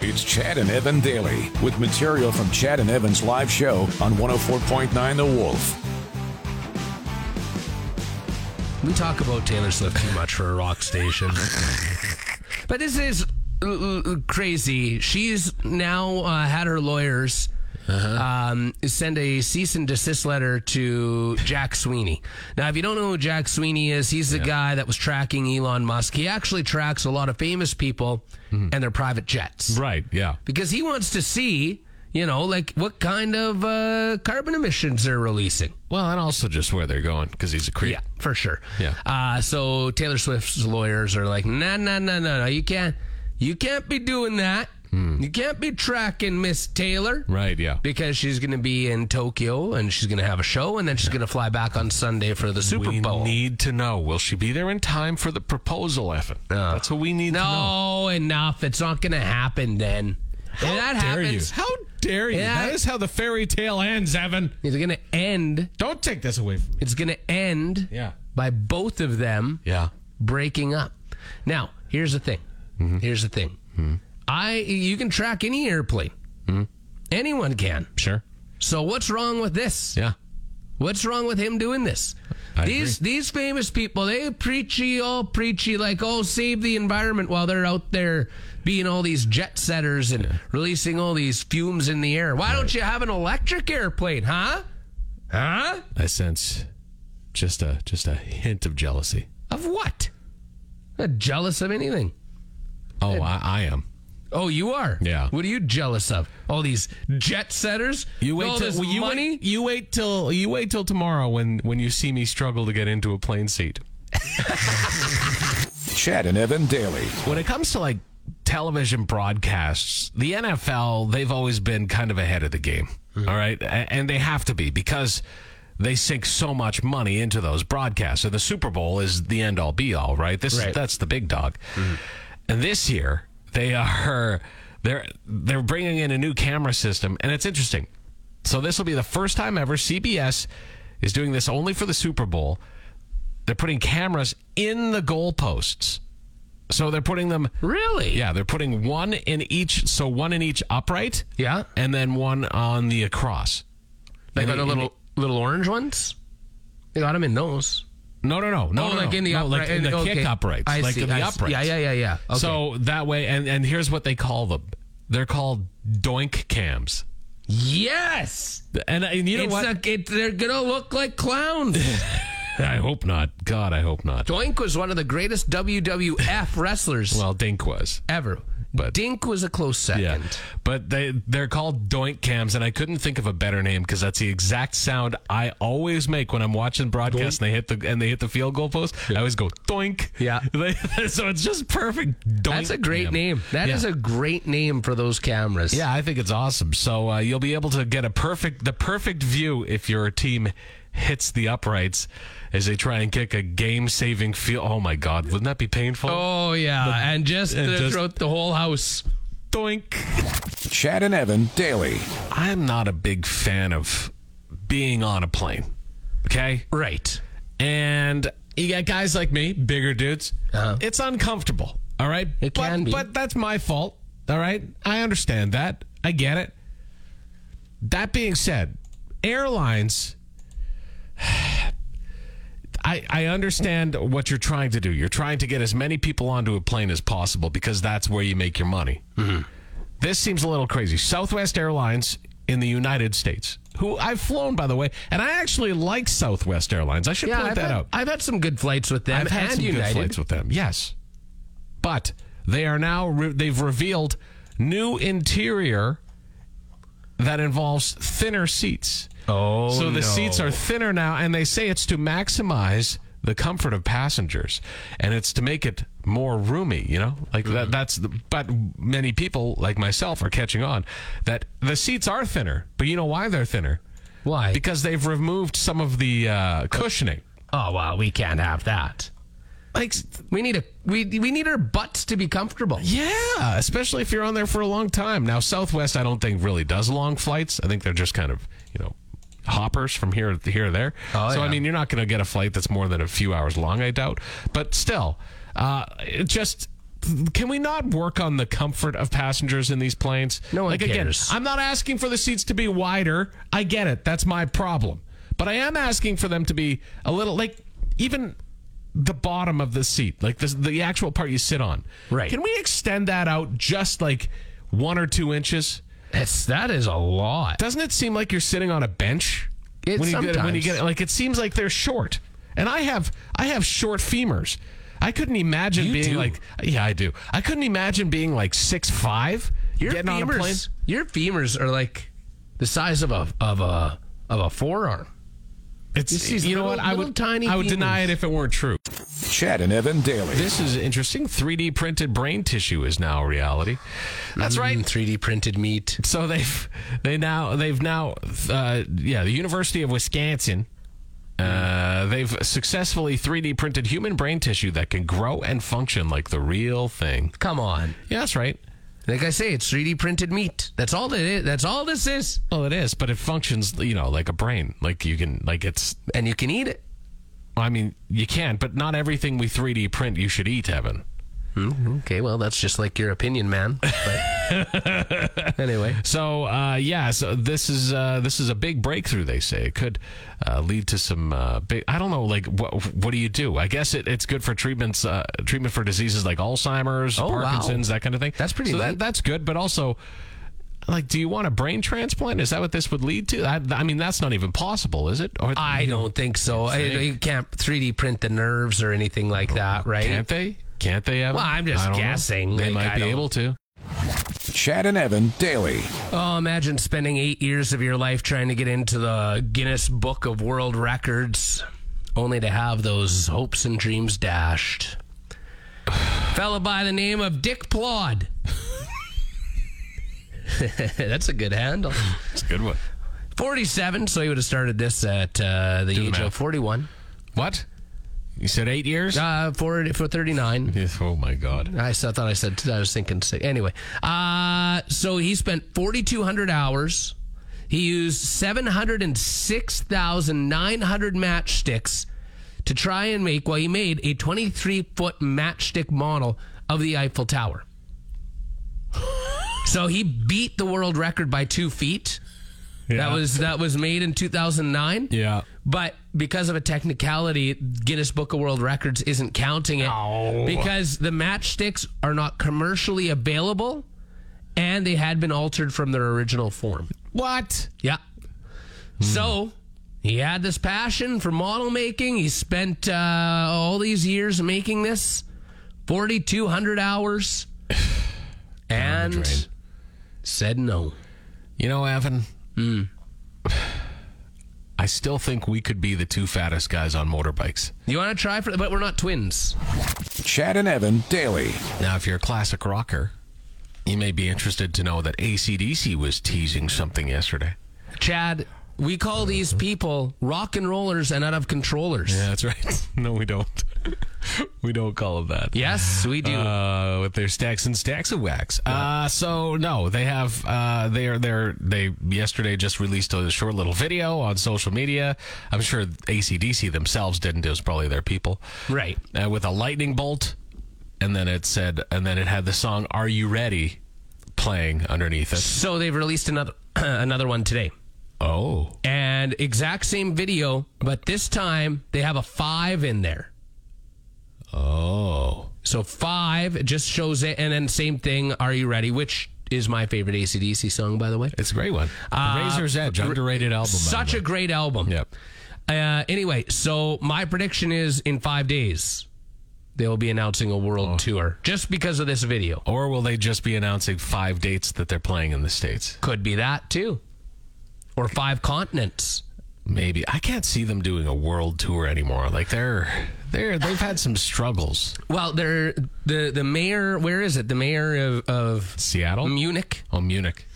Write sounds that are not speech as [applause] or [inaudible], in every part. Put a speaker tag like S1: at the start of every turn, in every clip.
S1: It's Chad and Evan Daily with material from Chad and Evan's live show on 104.9 The Wolf.
S2: We talk about Taylor Swift too much for a rock station. but this is uh, uh, crazy. She's now uh, had her lawyers um, send a cease and desist letter to Jack Sweeney. Now, if you don't know who Jack Sweeney is, he's the guy that was tracking Elon Musk. He actually tracks a lot of famous people and their private jets
S3: Right, yeah.
S2: because he wants to see, you know, like what kind of uh, carbon emissions they're releasing.
S3: Well, and also just where they're going because he's a creep.
S2: Yeah, for sure.
S3: Yeah.
S2: Uh, so Taylor Swift's lawyers are like, no, no, no, no, no. You can't, you can't be doing that. You can't be tracking Miss Taylor.
S3: Hmm. Right, yeah.
S2: Because she's going to be in Tokyo and she's going to have a show and then she's going to fly back on Sunday for the Super
S3: we
S2: Bowl.
S3: need to know. Will she be there in time for the proposal, Evan? That's what we need to know.
S2: no, Oh, enough. It's not going to happen then. if that
S3: dare
S2: happens,
S3: you? How dare you?
S2: Yeah.
S3: That is how the fairy tale ends, Evan.
S2: it's going to end.
S3: Don't take this away from me.
S2: It's going to end
S3: Yeah.
S2: by both of them
S3: Yeah.
S2: breaking up. Now, here's the thing.
S3: Mm-hmm.
S2: Here's the thing. I you can track any airplane.
S3: Mm-hmm.
S2: Anyone can.
S3: Sure.
S2: So what's wrong with this?
S3: Yeah.
S2: What's wrong with him doing this?
S3: I
S2: these these famous people, they preachy all preachy like oh save the environment while they're out there being all these jet setters and releasing all these fumes in the air. Why don't you have an electric airplane, huh? Huh?
S3: I sense just a just a hint of jealousy.
S2: Of what? Not jealous of anything.
S3: Oh, I, I am.
S2: Oh, you are.
S3: Yeah.
S2: What are you jealous of? All these jet setters. all this
S3: well, you
S2: money.
S3: Wait, you wait till you wait till tomorrow when when you see me struggle to get into a plane seat.
S1: Chad and Evan Daily.
S3: when it comes to like television broadcasts, the NFL, they've always been kind of ahead of the game. all right. A- And they have to be because they sink so much money into those broadcasts. And the Super Bowl is the end all be all, right? This
S2: Right.
S3: that's the big dog. And this year, they are they're they're bringing in a new camera system and it's interesting. So this will be the first time ever CBS is doing this only for the Super Bowl. They're putting cameras in the goalposts. So they're putting them
S2: Really?
S3: yeah, they're putting one in each, so one in each upright,
S2: Yeah.
S3: and then one on the across.
S2: They
S3: And
S2: got
S3: they-
S2: the little little orange ones. They got them in those.
S3: No, no, no, no,
S2: oh,
S3: no,
S2: like
S3: no.
S2: in the
S3: No,
S2: upright,
S3: like in the
S2: okay.
S3: kick uprights,
S2: I
S3: like
S2: see,
S3: in the
S2: I see.
S3: uprights.
S2: Yeah, yeah, yeah, yeah. Okay.
S3: So that way, and and here's what they call them. They're called doink cams,
S2: yes,
S3: and, and you know
S2: it's
S3: what?
S2: a, it, they're gonna look like
S3: [laughs]
S2: clowns.
S3: I hope not. God, I hope not.
S2: Doink was one of the greatest WWF wrestlers
S3: Well, Dink was.
S2: ever.
S3: but-
S2: Dink was a close
S3: Yeah,
S2: second.
S3: but they they're called doink cams, and I couldn't think of a better name because that's the exact sound I always make when I'm watching broadcasts and they hit the and they hit the field goal post. I always go doink. [laughs]
S2: Yeah.
S3: They- so it's just perfect. Doink
S2: That's a great
S3: cam.
S2: name. That is
S3: Yeah.
S2: a great name for those cameras.
S3: yeah. I think it's awesome. So uh, you'll be able to get a perfect the perfect view if your team hits the uprights as they try and kick a game saving field. Oh my God, wouldn't that be painful?
S2: Oh yeah, and just
S3: and just-
S2: throughout the whole house.
S3: Doink.
S1: Chad and Evan Daily.
S3: I'm not a big fan of being on a plane. Okay?
S2: Right.
S3: And you got guys like me, bigger dudes.
S2: Uh-huh.
S3: It's uncomfortable. All right?
S2: It
S3: but,
S2: can be.
S3: But that's my fault. All right? I understand that. I get it. That being said, airlines I, I understand what you're trying to do. You're trying to get as many people onto a plane as possible because that's where you make your money.
S2: Mm-hmm.
S3: This seems a little crazy. Southwest Airlines in the United States, who I've flown, by the way, and I actually like Southwest Airlines. I should
S2: Yeah,
S3: point
S2: I've
S3: that
S2: had,
S3: out.
S2: I've had some good flights with them.
S3: I've had
S2: and
S3: some
S2: United.
S3: good flights with them, yes. But they are now, re- they've revealed new interior that involves thinner seats.
S2: Oh,
S3: So the
S2: no.
S3: seats are thinner now, and they say it's to maximize the comfort of passengers, and it's to make it more roomy. You know, like
S2: Mm-hmm.
S3: that. That's the, but many people like myself are catching on that the seats are thinner. But you know why they're thinner?
S2: Why?
S3: Because they've removed some of the uh, cushioning.
S2: oh wow, we can't have that.
S3: Like
S2: We need a we we need our butts to be comfortable.
S3: yeah, especially if you're on there for a long time. Now Southwest, I don't think really does long flights. I think they're just kind of you know. Hoppers from here to here or there.
S2: Oh,
S3: so I
S2: yeah.
S3: mean, you're not going to get a flight that's more than a few hours long, I doubt. But still, uh, it just can we not work on the comfort of passengers in these planes?
S2: No one
S3: like
S2: cares.
S3: again, I'm not asking for the seats to be wider. I get it. That's my problem. But I am asking for them to be a little like even the bottom of the seat, like the the actual part you sit on.
S2: Right.
S3: Can we extend that out just like one or two inches?
S2: That's, that is a lot.
S3: Doesn't it seem like you're sitting on a bench
S2: It
S3: when you get when you
S2: sometimes.
S3: get like it seems like they're short. And I have I have short femurs. I couldn't imagine
S2: You
S3: being
S2: do.
S3: like yeah I do. I couldn't imagine being like six five
S2: Your
S3: getting
S2: femurs,
S3: on a plane.
S2: your femurs are like the size of a of a of a forearm. It's
S3: It's you
S2: these
S3: know what
S2: little-
S3: I
S2: little
S3: would
S2: tiny
S3: I would deny
S2: femurs.
S3: it if it weren't true.
S1: Chad and Evan daily.
S3: This is interesting. 3D printed brain tissue is now a reality. That's right.
S2: Three D printed meat.
S3: So they've they now they've now uh, yeah the University of Wisconsin uh, they've successfully 3D printed human brain tissue that can grow and function like the real thing.
S2: Come on,
S3: Yeah, that's right.
S2: like I say, it's three D printed meat. That's all that is. That's all this is,
S3: Well, it is, but it functions you know like a brain. Like you can like it's
S2: and you can eat it.
S3: I mean you can, but not everything we 3D print you should eat, Evan.
S2: Hmm, Okay, well, that's just like your opinion, man.
S3: [laughs]
S2: But anyway,
S3: So uh, yeah, so this is uh, this is a big breakthrough. They say it could uh, lead to some uh, big. I don't know, like what what do you do? I guess it, it's good for treatments, uh, treatment for diseases like Alzheimer's,
S2: Oh, wow.
S3: Parkinson's, that kind of thing.
S2: That's pretty
S3: So that,
S2: neat.
S3: that's good, but also. Like, do you want a brain transplant? Is that what this would lead to? I, I mean, that's not even possible, is it? Or,
S2: I don't think so. I, you can't three D print the nerves or anything like that, right?
S3: can't they? Can't they? Evan?
S2: Well, I'm just
S3: I don't know.
S2: guessing.
S3: They
S2: Like,
S3: might
S2: I
S3: be
S2: don't-
S3: able to.
S1: Chad and Evan daily.
S2: Oh, imagine spending eight years of your life trying to get into the Guinness Book of World Records, only to have those hopes and dreams dashed. [sighs] Fella by the name of Dick Plod. [laughs] That's a good handle.
S3: It's a good one.
S2: 47, so he would have started this at uh, the
S3: the
S2: age of
S3: math.
S2: 41.
S3: What? You said eight years?
S2: Uh, for, for 39.
S3: Yes, Oh my God.
S2: I s- I thought I said I was thinking six. Anyway, uh, so he spent 4,200 hours. He used 706,900 matchsticks to try and make, well, he made a 23 foot matchstick model of the Eiffel Tower.
S3: [laughs]
S2: so he beat the world record by two feet.
S3: Yeah.
S2: That was that was made in 2009.
S3: Yeah.
S2: But because of a technicality, Guinness Book of World Records isn't counting it
S3: No.
S2: because the matchsticks are not commercially available and they had been altered from their original form.
S3: What?
S2: Yeah. So he had this passion for model making. He spent uh, all these years making this 4,200
S3: [sighs]
S2: hours and
S3: drain.
S2: said no.
S3: You know, Evan. Hmm. [sighs] I still think we could be the two fattest guys on motorbikes.
S2: You want to try for, but we're not twins.
S1: Chad and Evan daily.
S3: Now, if you're a classic rocker, you may be interested to know that ACDC was teasing something yesterday.
S2: Chad, we call these people rock and rollers and out of controllers.
S3: Yeah, that's right. [laughs] no, we don't. we don't call it that.
S2: Yes, we do.
S3: Uh, with their stacks and stacks of wax. Uh, so no, they have uh, they are they're they yesterday just released a short little video on social media. I'm sure ACDC themselves didn't. It was probably their people,
S2: Right.
S3: Uh, with a lightning bolt, and then it said, and then it had the song "Are You Ready" playing underneath it.
S2: so they've released another [clears throat] another one today.
S3: Oh,
S2: And exact same video, but this time they have a 5 in there.
S3: oh,
S2: So 5 it just shows it and then same thing, are you ready, which is my favorite ACDC song by the way.
S3: it's a great one. Razor's Edge, underrated album.
S2: Uh, Such a great album.
S3: yep.
S2: Uh, anyway, so my prediction is in 5 days they will be announcing a world
S3: Oh.
S2: tour just because of this video.
S3: Or will they just be announcing five dates that they're playing in the states?
S2: Could be that too. Or five continents.
S3: Maybe I can't see them doing a world tour anymore. Like they're they're they've had some struggles.
S2: Well, they're, the the mayor, where is it? The mayor of, of
S3: Seattle,
S2: Munich
S3: oh Munich,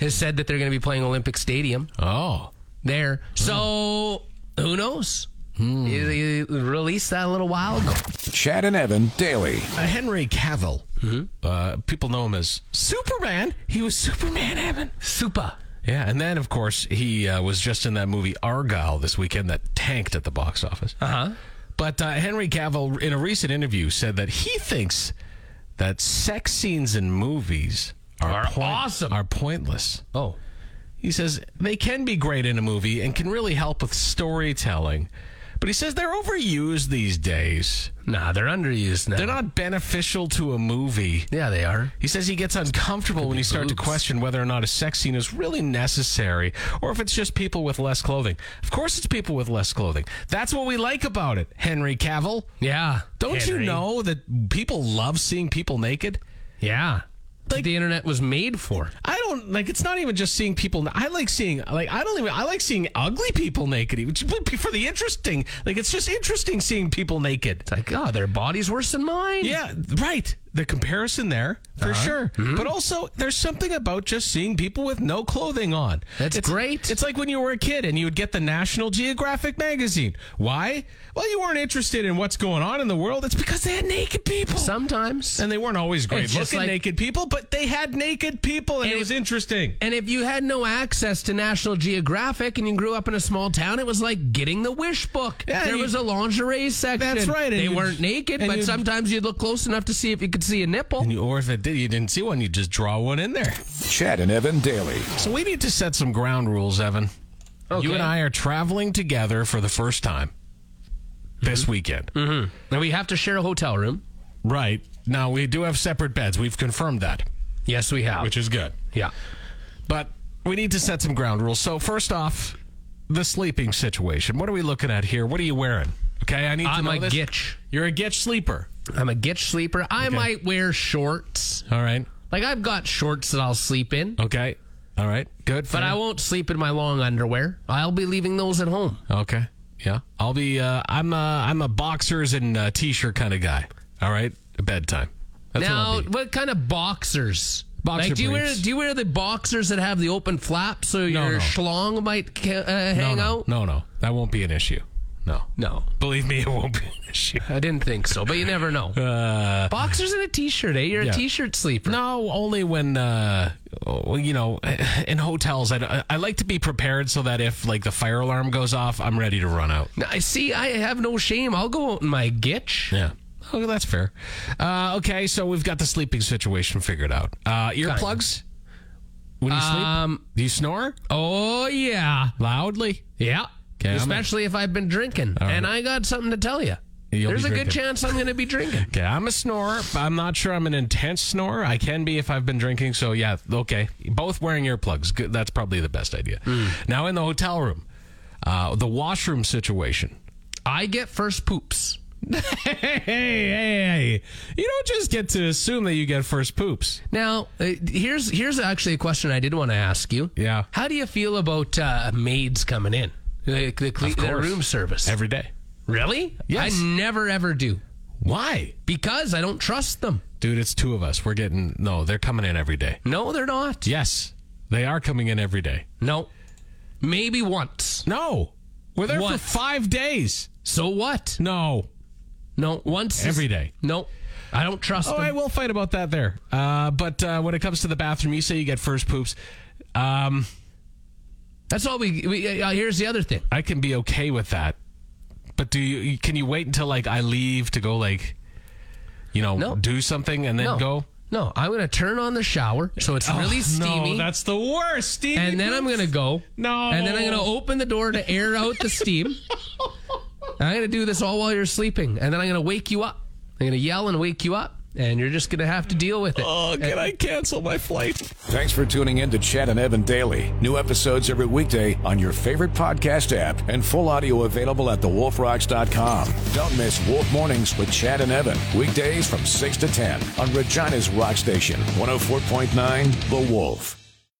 S2: has said that they're going to be playing Olympic Stadium
S3: oh
S2: there. So who knows? Hmm. They- they Released that a little while ago.
S1: Chad and Evan daily.
S3: uh, Henry Cavill.
S2: Mm-hmm.
S3: Uh, people know him as Superman. He was Superman, Evan.
S2: Super.
S3: Yeah, and then of course he uh, was just in that movie Argyle this weekend that tanked at the box office.
S2: Uh huh.
S3: But uh, Henry Cavill, in a recent interview, said that he thinks that sex scenes in movies are,
S2: Are awesome.
S3: are pointless.
S2: Oh,
S3: He says they can be great in a movie and can really help with storytelling. But he says they're overused these days.
S2: nah, they're underused now.
S3: They're not beneficial to a movie.
S2: Yeah, they are.
S3: He says he gets uncomfortable when you start to
S2: boobs.
S3: question whether or not a sex scene is really necessary or if it's just people with less clothing. Of course, it's people with less clothing. That's what we like about it, Henry Cavill.
S2: Yeah.
S3: Don't
S2: Henry.
S3: you know that people love seeing people naked?
S2: Yeah. Like,
S3: Like-
S2: the internet was made for.
S3: I don't like. It's not even just seeing people. I like seeing like I don't even. I like seeing ugly people naked. Which would be for the interesting. Like it's just interesting seeing people naked.
S2: It's like, oh, their body's worse than mine.
S3: Yeah, right. The comparison there for
S2: Uh-huh.
S3: sure.
S2: Mm-hmm.
S3: But also, there's something about just seeing people with no clothing on.
S2: That's
S3: It's-
S2: great.
S3: It's like when you were a kid and you would get the National Geographic magazine. Why? Well, you weren't interested in what's going on in the world. It's because they had naked people.
S2: Sometimes.
S3: and they weren't always great
S2: It's just
S3: looking
S2: like-
S3: naked people, but they had naked people and,
S2: And
S3: it
S2: it-
S3: was interesting.
S2: And if you had no access to National Geographic and you grew up in a small town, it was like getting the wish book.
S3: Yeah,
S2: there
S3: you-
S2: was a lingerie section.
S3: That's right, and
S2: They
S3: you'd-
S2: weren't naked,
S3: and
S2: but
S3: you'd-
S2: sometimes you'd look close enough to see if you could see a nipple.
S3: And you- Or if it did, you didn't see one, you just draw one in there.
S1: Chad and Evan daily.
S3: So we need to set some ground rules, Evan.
S2: Okay.
S3: You and I are traveling together for the first time
S2: Mm-hmm.
S3: this weekend.
S2: And we have to share a hotel room.
S3: Right. Now, we do have separate beds. We've confirmed that,
S2: Yes, we have.
S3: which is good.
S2: yeah.
S3: But we need to set some ground rules. So, first off, the sleeping situation. What are we looking at here? What are you wearing? Okay, I need to
S2: I'm
S3: know
S2: a
S3: this.
S2: gitch.
S3: You're a gitch sleeper.
S2: I'm a gitch sleeper. I might wear shorts.
S3: All right.
S2: Like I've got shorts that I'll sleep in,
S3: Okay. All right. Good.
S2: but I won't sleep in my long underwear. I'll be leaving those at home.
S3: Okay. Yeah. I'll be. Uh, I'm. Uh, I'm a boxers and uh, t-shirt kind of guy. All right. Bedtime. That's
S2: now,
S3: what I'll be.
S2: what kind of boxers?
S3: Boxer
S2: like, do you
S3: briefs.
S2: wear do you wear the boxers that have the open flap so your
S3: no.
S2: schlong might ca- uh,
S3: No,
S2: hang
S3: no,
S2: out?
S3: no, no. That won't be an issue. No.
S2: No,
S3: Believe me, [laughs] it won't be an issue.
S2: I didn't think so, but you never
S3: [laughs]
S2: know.
S3: Uh,
S2: boxers and a t-shirt, eh? You're
S3: Yeah.
S2: a t-shirt sleeper.
S3: no, only when uh, well, you know, [laughs] in hotels. I, I like to be prepared so that if like the fire alarm goes off, I'm ready to run out.
S2: I see. I have no shame. I'll go out in my gitch.
S3: Yeah. Oh, that's fair. Uh, okay, so we've got the sleeping situation figured out. Uh, earplugs. When you
S2: Um,
S3: sleep, do you snore
S2: Oh yeah,
S3: loudly?
S2: yeah.
S3: Okay, I'm a-
S2: Especially if I've been drinking, and I got something to tell you.
S3: You'll
S2: There's
S3: be
S2: a good
S3: drinking.
S2: chance I'm going to be
S3: [laughs]
S2: drinking.
S3: Okay, I'm a snorer. but I'm not sure I'm an intense snorer. I can be if I've been drinking. So yeah, okay. Both wearing earplugs. Good. That's probably the best idea. Now in the hotel room, uh, the washroom situation.
S2: I get first poops.
S3: hey, [laughs] hey, hey! You don't just get to assume that you get first poops.
S2: Now, uh, here's here's actually a question I did want to ask you.
S3: Yeah.
S2: How do you feel about uh, maids coming in? Like the, cle-
S3: Of
S2: the
S3: course.
S2: room service.
S3: Every day.
S2: really?
S3: Yes.
S2: I never ever do
S3: Why,
S2: because I don't trust them.
S3: dude? It's two of us. We're getting no. They're coming in every day.
S2: No, they're not.
S3: Yes, they are coming in every day.
S2: No. Maybe once.
S3: No, we're there for
S2: What?
S3: five days.
S2: So what?
S3: No,
S2: No, once is-
S3: every day. Oh,
S2: No. I don't trust
S3: All
S2: them.
S3: right, we'll fight about that there. Uh, but uh, when it comes to the bathroom, you say you get first poops. Um,
S2: That's all we, we uh, here's the other thing.
S3: I can be okay with that. But do you? Can you wait until like I leave to go like, you know,
S2: No.
S3: do something and then
S2: No.
S3: go?
S2: No, I'm going to turn on the shower so it's really
S3: Oh,
S2: steamy.
S3: [sighs] No, that's the worst. Steamy.
S2: and then I'm
S3: poops.
S2: gonna go.
S3: No.
S2: And then I'm gonna open the door to air out the steam. And I'm gonna do this all while you're sleeping, and then I'm gonna wake you up. I'm gonna yell and wake you up, and you're just gonna have to deal with it.
S3: Oh, can I cancel my flight?
S1: Thanks for tuning in to Chad and Evan Daily. New episodes every weekday on your favorite podcast app and full audio available at thewolfrocks.com. Don't miss Wolf Mornings with Chad and Evan. oh Weekdays from 6 to 10 on Regina's Rock Station, 104.9 The Wolf.